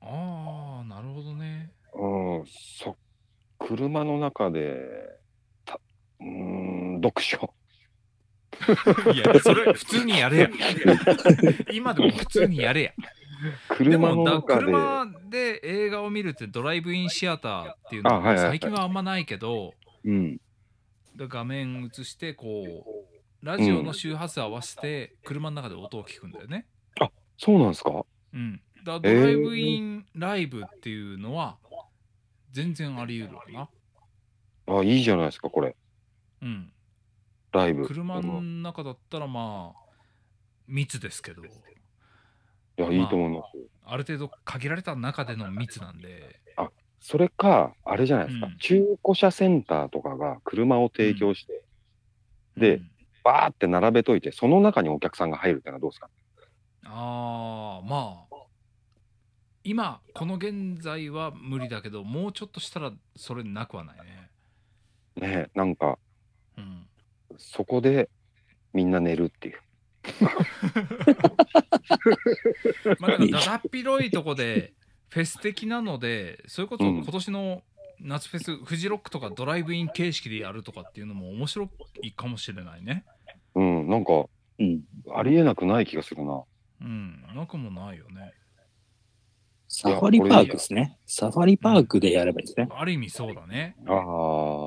ああなるほどねうん、そ車の中で、たうーん、読書。いやそれ普通にやれ や今でも普通にやれやで車ものだ中で。車で映画を見るってドライブインシアターっていうのあはいははいはい最近はあんまないけどうん。で画面映してこうラジオの周波数合わせて車の中で音を聞くんだよね。そうなんですかうん、だからドライブインライブっていうのは全然あり得るかな。あ、いいじゃないですか、これ。うん、ライブ。車うのん中だったらまあ密ですけどいや、いいと思います。ある程度限られた中での密なんで。それか、あれじゃないですか、うん中古車センターとかが車を提供して、でうんバーって並べといて、その中にお客さんが入るってのはどうですかああまあ今この現在は無理だけどもうちょっとしたらそれなくはないね。ねえなんか、うん、そこでみんな寝るっていう。まあだからだだっ広いとこでフェス的なのでそれこそ今年の夏フェス、フジロックとかドライブイン形式でやるとかっていうのも面白いかもしれないね。うん、なんか、うん。ありえなくない気がするな。うん、なくもないよね。いサやファリパークですね。サファリパークでやればいいですね。ある意味そうだね。あ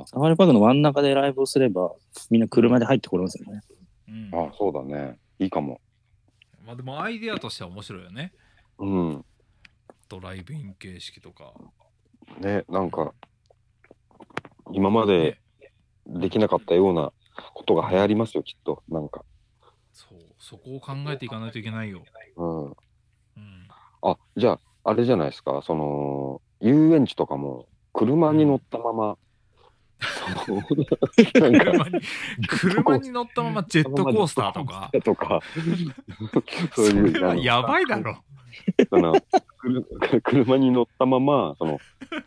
サファリパークの真ん中でライブをすれば、みんな車で入ってこれますよね。うん、あ、あそうだね。いいかも。まあでもアイデアとしては面白いよね。うん。ドライブイン形式とか。ね、なんか、今までできなかったようなことが流行りますよ、きっと。なんか。そう、そこを考えていかないといけないよ。うん。うん、あ、じゃあ、あれじゃないですか、その、遊園地とかも、車に乗ったまま、その なんか車に車に乗ったままジェットコースターとか。とか、 それはやばいだろ。そのくる車に乗ったまま、その、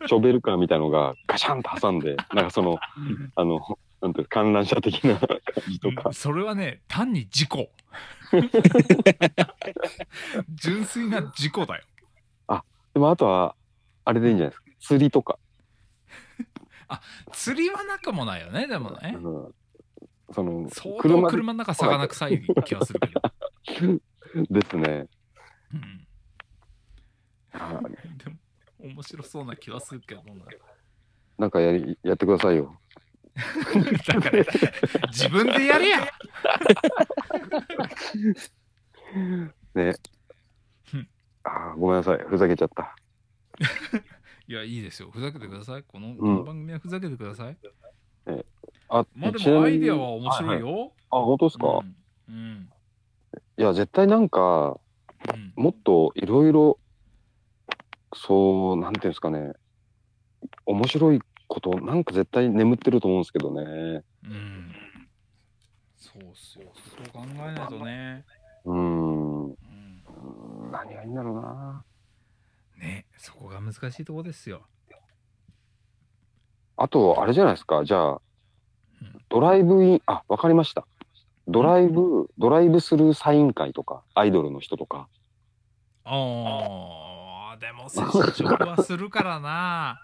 ショベルカーみたいのがガシャンと挟んで、なんかその、あの、なんていうか観覧車的な 感じとかうん、それはね単に事故純粋な事故だよでもあとは、あれでいいんじゃないですか、釣りとか、釣りはなくもないよねでもねうんその相、当車で車の中魚臭い気がするけど、ですね。うんであも面白そうな気はするけどななんかやりやってくださいよ。だから自分でやれやねうん。あーごめんなさい、ふざけちゃった。いやいいですよふざけてくださいこの,、んこの番組はふざけてくださいあ、まあでちなもアみにイデアは面白いよ、あ、本当ですか、うん、うんいや、絶対なんか、うんもっといろいろ、そう、なんていうんですかね、面白いこと、なんか絶対眠ってると思うんですけどね。うん、そうっすよそこを考えないとね、うーん、ううんーん何がいいんだろうな。ねそこが難しいとこですよ。あと、あれじゃないですか、じゃあうん、ドライブイン、あ、わかりました。ドライブ、ドライブスルーサイン会とか、アイドルの人とか、ああ、でも接触はするから な。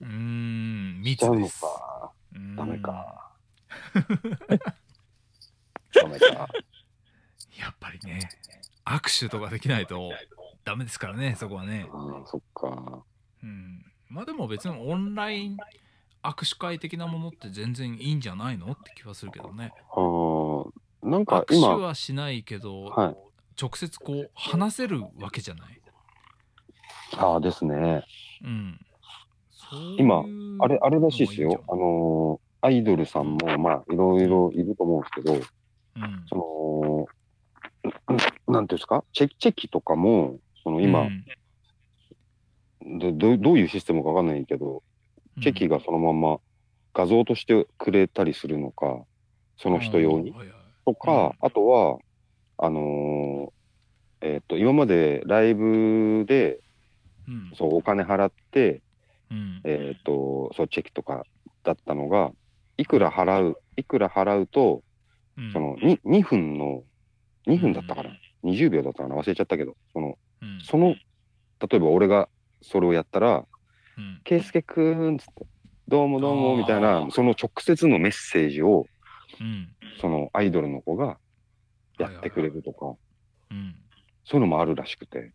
うーん、しちゃ密うでのす。か。うーんダメか。ダメか。やっぱりね、握手とかできないとダメですからね、そこはね。うん、そっか。うん、まあでも別にオンライン握手会的なものって全然いいんじゃないのって気はするけどね。あーなんか握手今、はしないけど、はい直接こう話せるわけじゃない。ああですね。うん。そういう今あれ、あれらしいのもでんすじゃないよ。あのーアイドルさんも、まあ、いろいろいると思うんですけど、うんその、んなんていうんですか、チェチェキとかも、そのう今、んどどどういうシステムかわかんないけど、チェキがそのまま画像としてくれたりするのか、その人用に、うんはいはいとか、あとは、あのーえっ、と、今までライブで、うんそう、お金払って、うんえっ、と、そう、チェキとかだったのが、いくら払う、いくら払うと、うんそのに 2, 分の、2分だったかな、20秒だったかな、忘れちゃったけど、その、うんその、例えば俺がそれをやったら、うん圭介くーんっつって、どうもどうあもーみたいな、その直接のメッセージを、うんそのアイドルの子がやってくれるとか、うんそういうのもあるらしくて。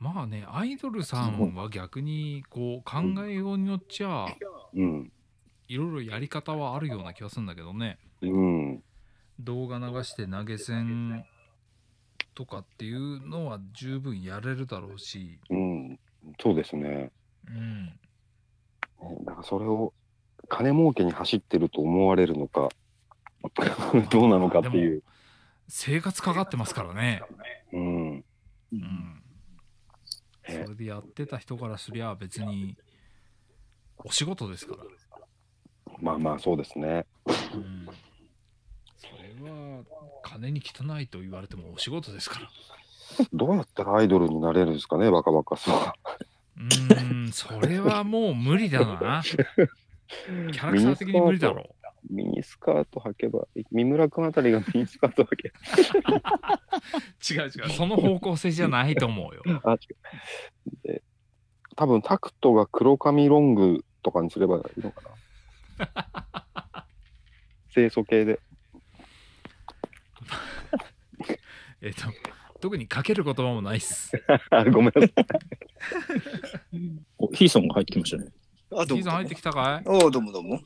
まあねアイドルさんは逆にこう考えようによっちゃうん。いろいろやり方はあるような気がするんだけどねうん。動画流して投げ銭とかっていうのは十分やれるだろうし、うん。そうですね。うん、だからそれを、金儲けに走ってると思われるのか、 どうなのかっていう。生活かかってますからね、うん。うん、それでやってた人からすりゃ別にお仕事ですからまあまあ、そうですね。うんそれは金に汚いと言われてもお仕事ですから。どうやったらアイドルになれるんですかね、バカバカさ。うーん、それはもう無理だ な。キャラクター的に無理だろ ミニスカート履けば、三村君あたりが ミニスカート履けば。う。違う違う。その方向性じゃないと思うよ。あ、違う。で、多分タクトが黒髪ロングとかにすればいいのかな。 清楚系で。 えっと、特にかける言葉もないっす。あごめんなさい。おヒーソンが入ってきましたね。あ、キどうーさんも入ってきたかいおどうもどうも。あ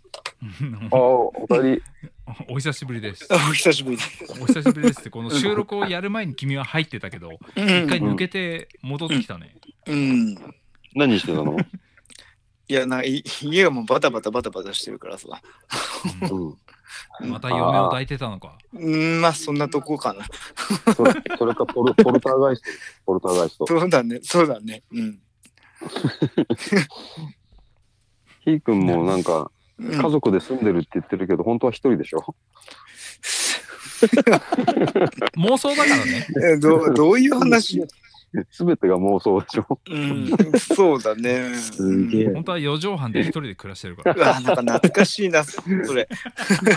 あ、お二人。 お久しぶりですあ。お 久しぶりです。お久しぶりですって、この収録をやる前に君は入ってたけど、う一回ん。抜けて戻ってきたね。うん、何して たのいや、なんかい家がもうバタバタバタバタしてるからさ。ううん。んまた嫁を抱いてたのか。うん、まあそんなとこかな。それそれかポル、ポルターガイスト。ポルターガイスト。そうだね、そうだね。うん。ひーくんもなんか、うん家族で住んでるって言ってるけど、本当は一人でしょ 妄想だからね。えどうどういう話すべてが妄想でしょうん、そうだね。すげえ本当は4畳半で一人で暮らしてるからう。わ、なんか懐かしいな、それ。懐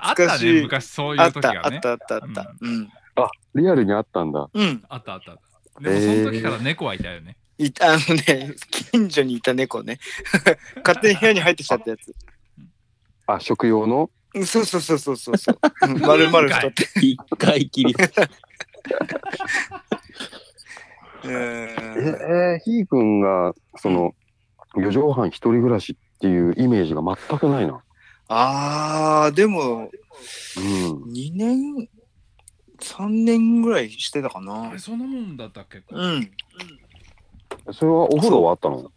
あっかたしね、い。昔そうあいうっ時た、あがっね。た、あった、あった。うん。あ、リアルにあったんだ。うん。あったあった。でもその時から猫はいたよね。いた、あのね、近所にいた猫ね。 勝手に部屋に入ってきちゃったやつ。あ、食用のうんそうそうそうそうそうそう。うん丸々太 って。一回きり。えうんー、ひーくんが、その、四畳半一人暮らしっていうイメージが全くないな。あー、でうん。も、2年、3年ぐらいしてたかあなれ、。そんなもんだったっけうん。それはお風呂はあったの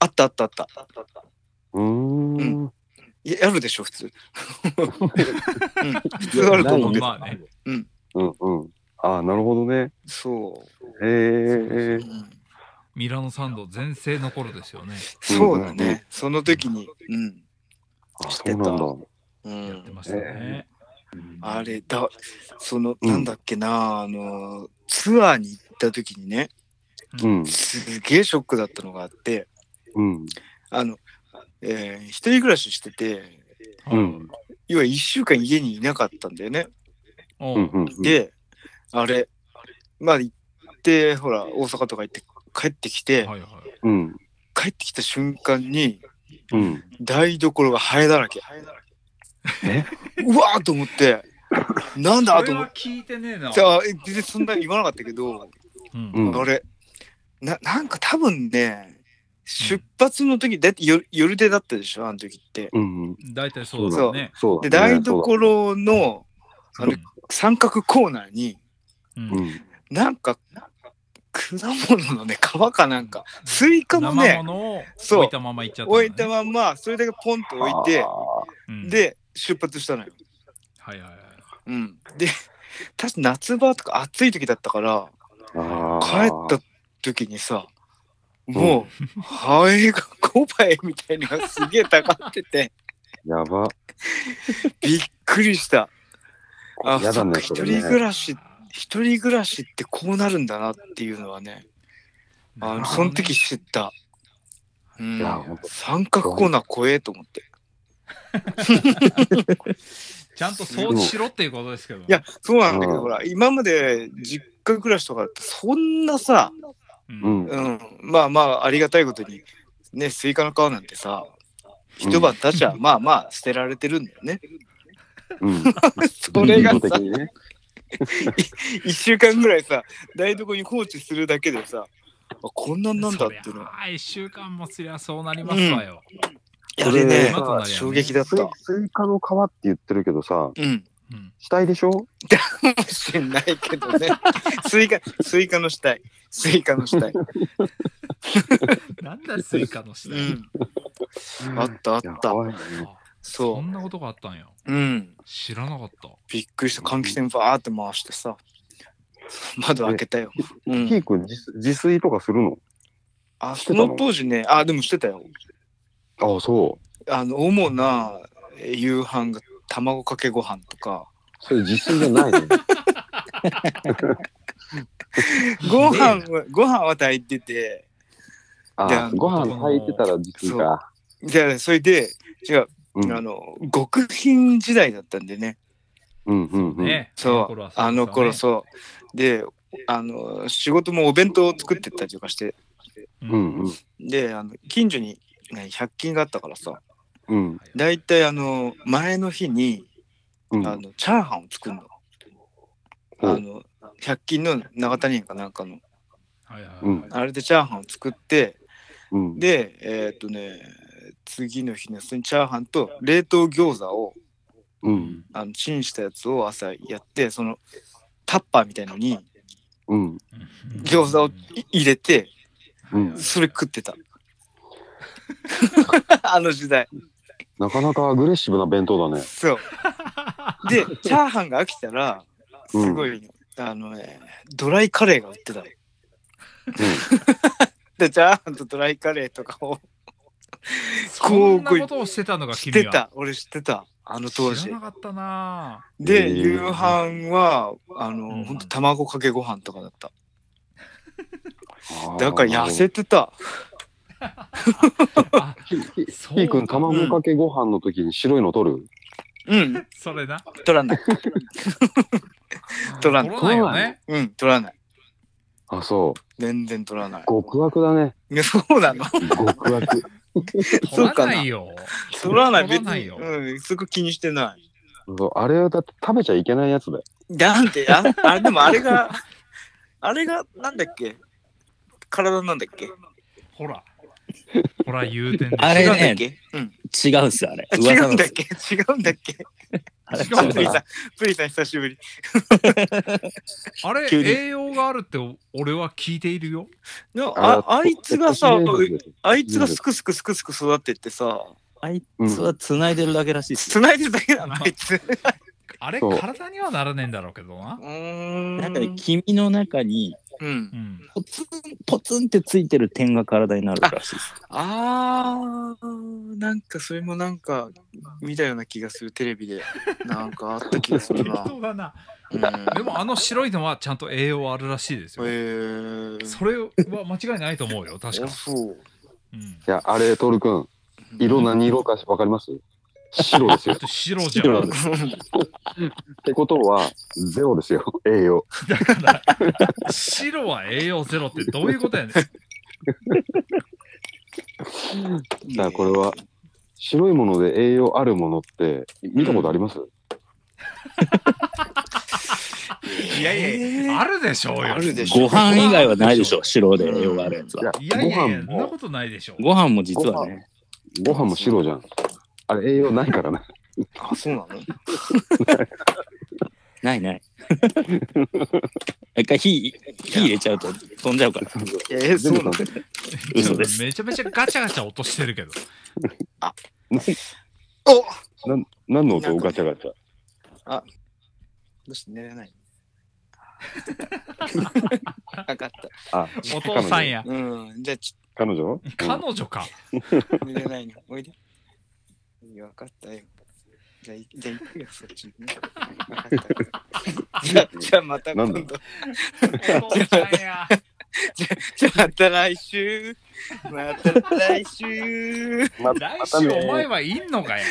あったあったあった。うーん。いややるでしょ、普通。うん、普通あると思うけど。まあね。うんうん。ああ、なるほどね。そう。へえう。んミラノサンド全盛の頃ですよね。そううんうだんうんね。その時に。うん。あ、知っそてうたなんだ。うやってん、ましたね。あれだ、その、うんなんだっけな、あの、ツアーに行った時にね、うん。すげえショックだったのがあって、うん。あの、えー一人暮らししてて、はいうん要は1週間家にいなかったんだよね。おううんうんうんで、あれ、まあ行って、ほら、大阪とか行って帰ってきて、はいはいうん帰ってきた瞬間にうん台所がハエだらけ。えうわーと思って、なんだそとれ思っはて。聞いてねえな。じゃあえ全然そんな言わなかったけど、うんうんあれな、なんか多分ね、出発の時、だって夜夜出だったでしょ、あの時って。うん大体そうだよね。そうで、だね台所のうあの三角コーナーに、んそうだうんうんなんか、果物のね、皮かなんか、スイカの生ね、物をそう置いたまま行っちゃったんだね。置いたまんま、それだけポンと置いてあ、うん、で、出発したのよ。はいはいはい。うん。で、確か夏場とか暑い時だったから、ーあ帰ーった時にさ、もう、ハエが5倍みたいなのがすげえたかってて、 やばびっくりした。あ、やだねそっそれか一人暮ねらし、一人暮らしってこうなるんだなっていうのはね、あのその時知った。うんいやほんと三角コーナー怖えと思って。ちゃんと掃除しろっていうことですけどね。いや、そうなんだけうんど、ほら、今まで実家暮らしとかって、そんなさ、う、うんんうん、まあまあ、ありがたいことに、ね、スイカの皮なんてさ、一晩経ちゃ、まあまあ、捨てられてるんだよね。うん それが意図的さ、にね一週間ぐらいさ、台所に放置するだけでさ、あこんなんなんだっていうの。はい、一週間もすりゃそうなりますわよ。あれねそれは、衝撃だっスイた。スイカの皮って言ってるけどさうん。うん死体でしょかもしれないけどね。スイカ、スイカの死体。スイカの死体。なんだスイカの下うに、ん。あったあっいやた。怖いねあそそんなことがあったんや。う。うん。知らなかった。びっくりした。換気扇バーって回してさ。窓開けたよ。うキん。ー君自自炊とかするのあ、その当時ね、あ、でもしてたよ。ああそうあの、主な夕飯が卵かけご飯とか。それ自炊じゃ ないのご飯は、ご飯は炊いてて、いあやあご飯炊いてたら自炊かで、それで、違う、うんあの、極貧時代だったんでね。うんうんうんね、そう、あの頃うそう。で、あの、仕事もお弁当を作ってったりとかして、でうすよね。んうんで、あの近所に、ね、100均があったからさ、うんだいたいあの、前の日に、うんあの、チャーハンを作るの。うんあの、100均の長谷園かなんかの、はいはいはいうんあれでチャーハンを作って、うんで、えーっとね、次の日の朝にチャーハンと冷凍餃子をうんあのチンしたやつを朝やってそのタッパーみたいのにうんうん餃子をい入れてうんそれ食ってたあの時代なかなかアグレッシブな弁当だねそうでチャーハンが飽きたらすごい、あのねドライカレーが売ってたの でチャーハンとドライカレーとかをそんなことをしてたのが知っ君はてた俺知ってたあの当知時らなかったなで、えー夕飯はあの、うんほんと卵かけご飯とかだったうんだから痩せてたぁあキーそキーう君か卵かけご飯の時に白いの取るうんそれな取らない取取らないらないよねうん取らないあそう全然取らない極悪だねいや、そうなの。極悪 そう取らかなないよ取らない、取別らないに。ようん、すごく気にしてない。そうあれはだって食べちゃいけないやつだよなんて、あ、あでもあれが、 あれが、なんだっけ体なんだっけほらほら言うてんであ違れうんだっね、けうん。違うんす、あれ。あ 違噂うのんだっけ違うんだっけあれ違あうんプだリンさん、プリンさん久しぶり。あれ急に栄養があるってお俺は聞いているよのああいつがさ、あいつがすくすくすくすく育ってってさ、あいつは繋いでるだけらしいっすよ。繋いでるだけなの、あいつ。うあれそう体にはならねえんだろうけどなーん。なんかね、君の中にうう。んんポツン、ポツンってついてる点が体になるらしいっす。あー、なんかそれもなんか見たような気がする、テレビで。なんかあった気がする適 な。当だなうんでもあの白いのはちゃんと栄養あるらしいですよへえ。それは間違いないと思うよ確かあそう。うんいやあれトールくん色何色かわかります白で すよ。と白じゃ白なんんです。ってことは、ゼロですよ、栄養。だから白は栄養ゼロってどういうことやねんだからこれは、白いもので栄養あるものって、見たことあります、いやいやいやあるでしょうよあるでしょご飯以外はないでしょ、 白で栄養があるやつは。いいやや、いごやいや飯そんなも、ことないでしょうご飯も実はね。ご飯も白じゃん。あれ、栄養ないからな。あ、そうなのないない。一回火、火入れちゃうと飛んじゃうから。えー、そうなの嘘ですめちゃめちゃガチャガチャ落としてるけどお何の音ガチャガチャ。どうして寝れない のわかっあ、お父さんやた。うん。じゃあ、ち彼女彼女かょっと寝れないの。おいで。いやわかったよ。じゃあ、いじゃあ行くよ、そっちにね。わかったよじゃあ、 じゃあまた今なん度。お父さんやじゃあまた来週。また来週。うんま来また週お前ね、はいんのか よ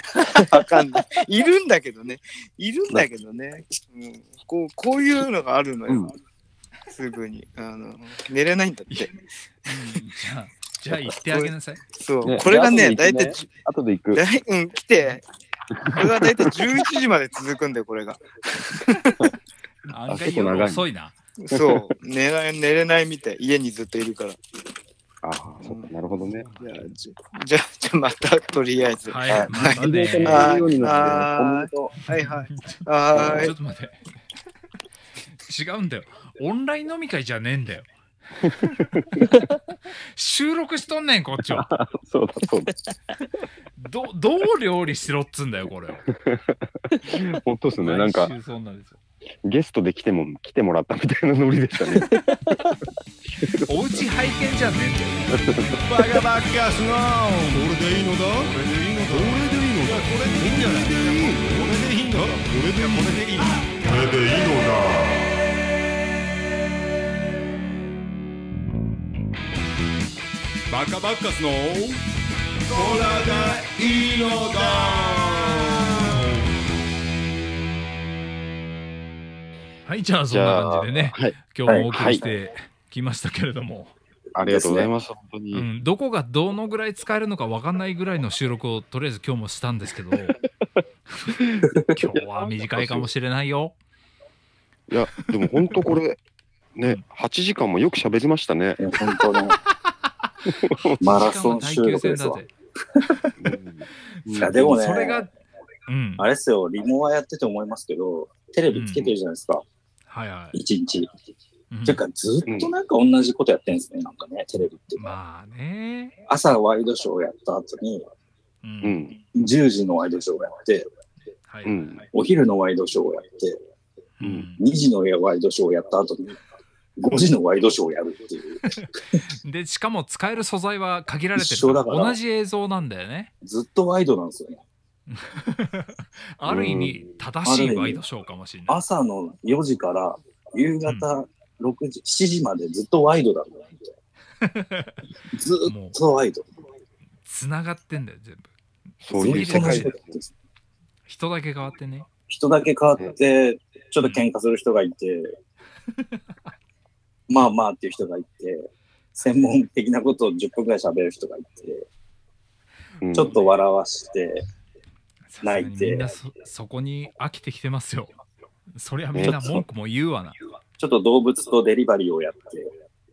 わかんない。いるんだけどね。いるんだけどね。うん、こうこういうのがあるのよ。うんすぐにあの。寝れないんだって。うんじゃあじゃあ言ってあげなさいそう。ねこれがね、ラ大ジオ行体くね、後で行く。だいうん、来て。これが大体11時まで続くんだよ、これが。案外結構長い夜遅いなそう。寝ら寝れないみたい。家にずっといるから。ああ、そっか、なるほどね。じゃあ、じじゃあ、じゃあまたとりあえず。ははいまたね寝れるようになってね、コメント。いはい。はちーょっい。と待って。違うんだよ。オンライン飲み会じゃねえんだよ。収録しとんねん、こっちは。そうだ、そうだ。どどう料理しろっつんだよ、これを。本当ですね。なんか毎、週そうなんですよゲストで来ても、来てもらったみたいなノリ でしたね。おうち拝見じゃねえんだよ。バカバカすなこれでいいのだこれでいいのだこれでいいのだこれでいいんじゃないこれでいいのだこれでこれでいいこれでいいのだバカバカすのこらがいいのだはい、じゃあそんな感じでね、はい。今日もお送りしてきましたけれども、ありがとうございます、本当に。うん、どこがどのぐらい使えるのか分かんないぐらいの収録をとりあえず今日もしたんです けど、今日は短いかもしれないよ。いや、でも本当こ れ、ね、8時間もよく喋りましたね。本当ね。時マ間ラはソン耐収久録戦ですだわぜ。。いや、でもね、それが、うん、あれっすよ、リモはやってて思いますけど、テレビつけてるじゃないですか、はいはい。一日。うんていうか、ずっとなんか同じことやってるんですね、なんかね、テレビって。まあね。朝ワイドショーやった後に、う。うんん。 10時のワイドショーをやって、はい。うんお昼のワイドショーをやって、うん2時のワイドショーをやった後に、5時のワイドショーをやるっていう、で、しかも使える素材は限られて一緒るだから同じ映像なんだよね。ずっとワイドなんですよね。ある意味、正しいワイドショーかもしれない。朝の4時から夕方6時、7時までずっとワイドだもん、ずもうっ、とワイド。つながってんだよ、全部。 そういうず世っと同界じこでと。やってるんです人だけ変わってね。人だけ変わって、ちょっと喧嘩する人が いて、まあまあっていう人がいて、専門的なことを10分ぐらい喋る人がいて、うんちょっと笑わして、さすがに泣いてみんなそそこに飽きてきてますよ。そりゃみんな文句も言うわな。ちょっと動物とデリバリーをやって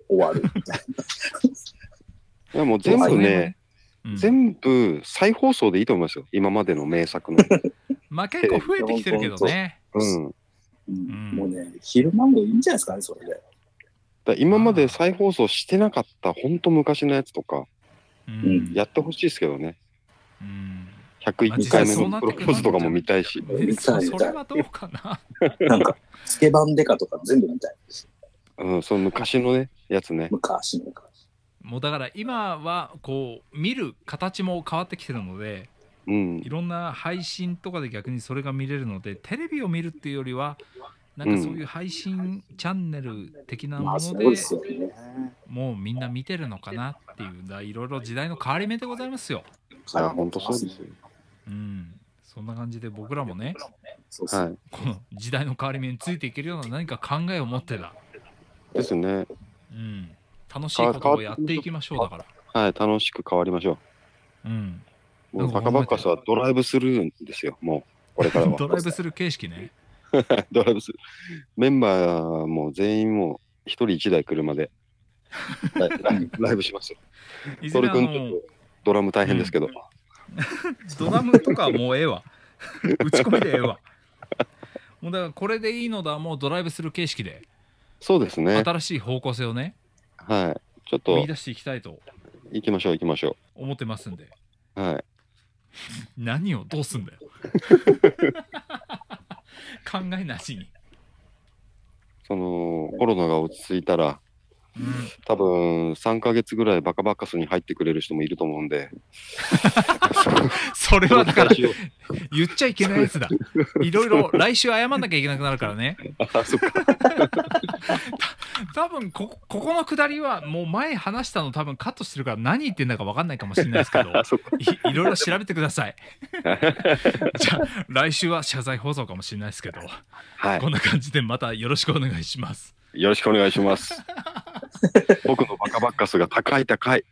終わるみたいいや、もう全部ね、うん全部再放送でいいと思いますよ。今までの名作 の。まあ結構増えてきてるけどね。うん。な。んもうね、昼間もいいんじゃないですかね、それで。だから今まで再放送してなかった、本当昔のやつとか、ううんんやってほしいですけどね。うん101回目のプロポーズとかも見たいし。でそそれはどうかな。 なんか、スケバンデカとか全部見たい。うん、その昔のね、やつね。昔の。もうだから今はこう見る形も変わってきてるので、うんい。ろんな配信とかで逆にそれが見れるのでテレビを見るっていうよりはなんかそういう配信チャンネル的なまもあ、そのうで、ですよね。もうみんな見てるのかなっていうだいろいろ時代の変わり目でございますよ。あ、本当そうですよ。うん、そんな感じで僕らもね、そうそう。はこの時代の変わり目についていけるような何か考えを持ってだ。い。ですね。うん。楽しいことをやっていきましょうだから。はい。楽しく変わりましょうん。う。もうバカバカさはドライブスルーですよ。もう、これから は。ドライブする形式ね。 ドライブスルー。メンバーも全員もう、一人一台 車で、ライライライブしますよ。いずトれルあ君ちょっのとドラム大変ですけど。ドラムとかはもうええわ。 打ち込みでええわ。もうだからこれでいいのだもうドライブする形式でそうですね。新しい方向性をねはい。ちょっと見、出していきたいと行きましょう、行きましょ思ってますんでう。はい。何をどうすんだ よ考えなしに、その、コロナが落ち着いたら、うん、多分3ヶ月ぐらいバカバカスに入ってくれる人もいると思うんで、それはだから期待しよう言っちゃいけないやつだいろいろ来週謝んなきゃいけなくなるからねあ、そ っか。多分ここここのくだりはもう前話したの多分カットしてるから何言ってんだか分かんないかもしれないですけどあ、そっか。い いろいろ調べてくださいじゃあ来週は謝罪放送かもしれないですけどはいこ。んな感じでまたよろしくお願いしますよろしくお願いし ます。僕のバカバッカスが高い高い。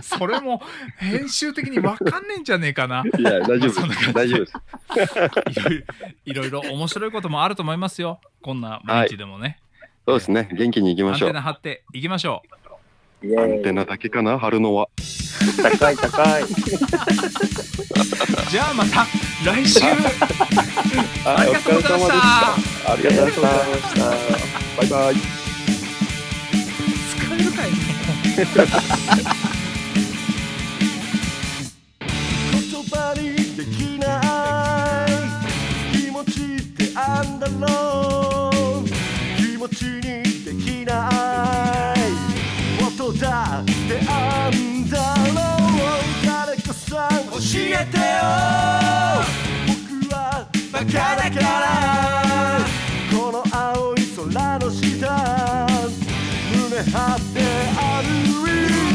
それも編集的に分かんねえんじゃねえかないや、大丈そ 夫んなで感じす。大丈夫です。いろいろいろいろ面白いこともあると思いますよ。こんな毎日でもね。そうですね。元気に行きアまンしょテう。ナ張っていきましょう。イェアーインテナだけかな、春のは。高い高い。じゃあまた来 週ありがとうございました。ありがとうございました。バイバイ。使えるかい言葉にできない気持ちってあんだろう気持ちにできない音だってあんだろう誰かさん教えてよ僕はバカだからこの青い空の下胸張って歩いて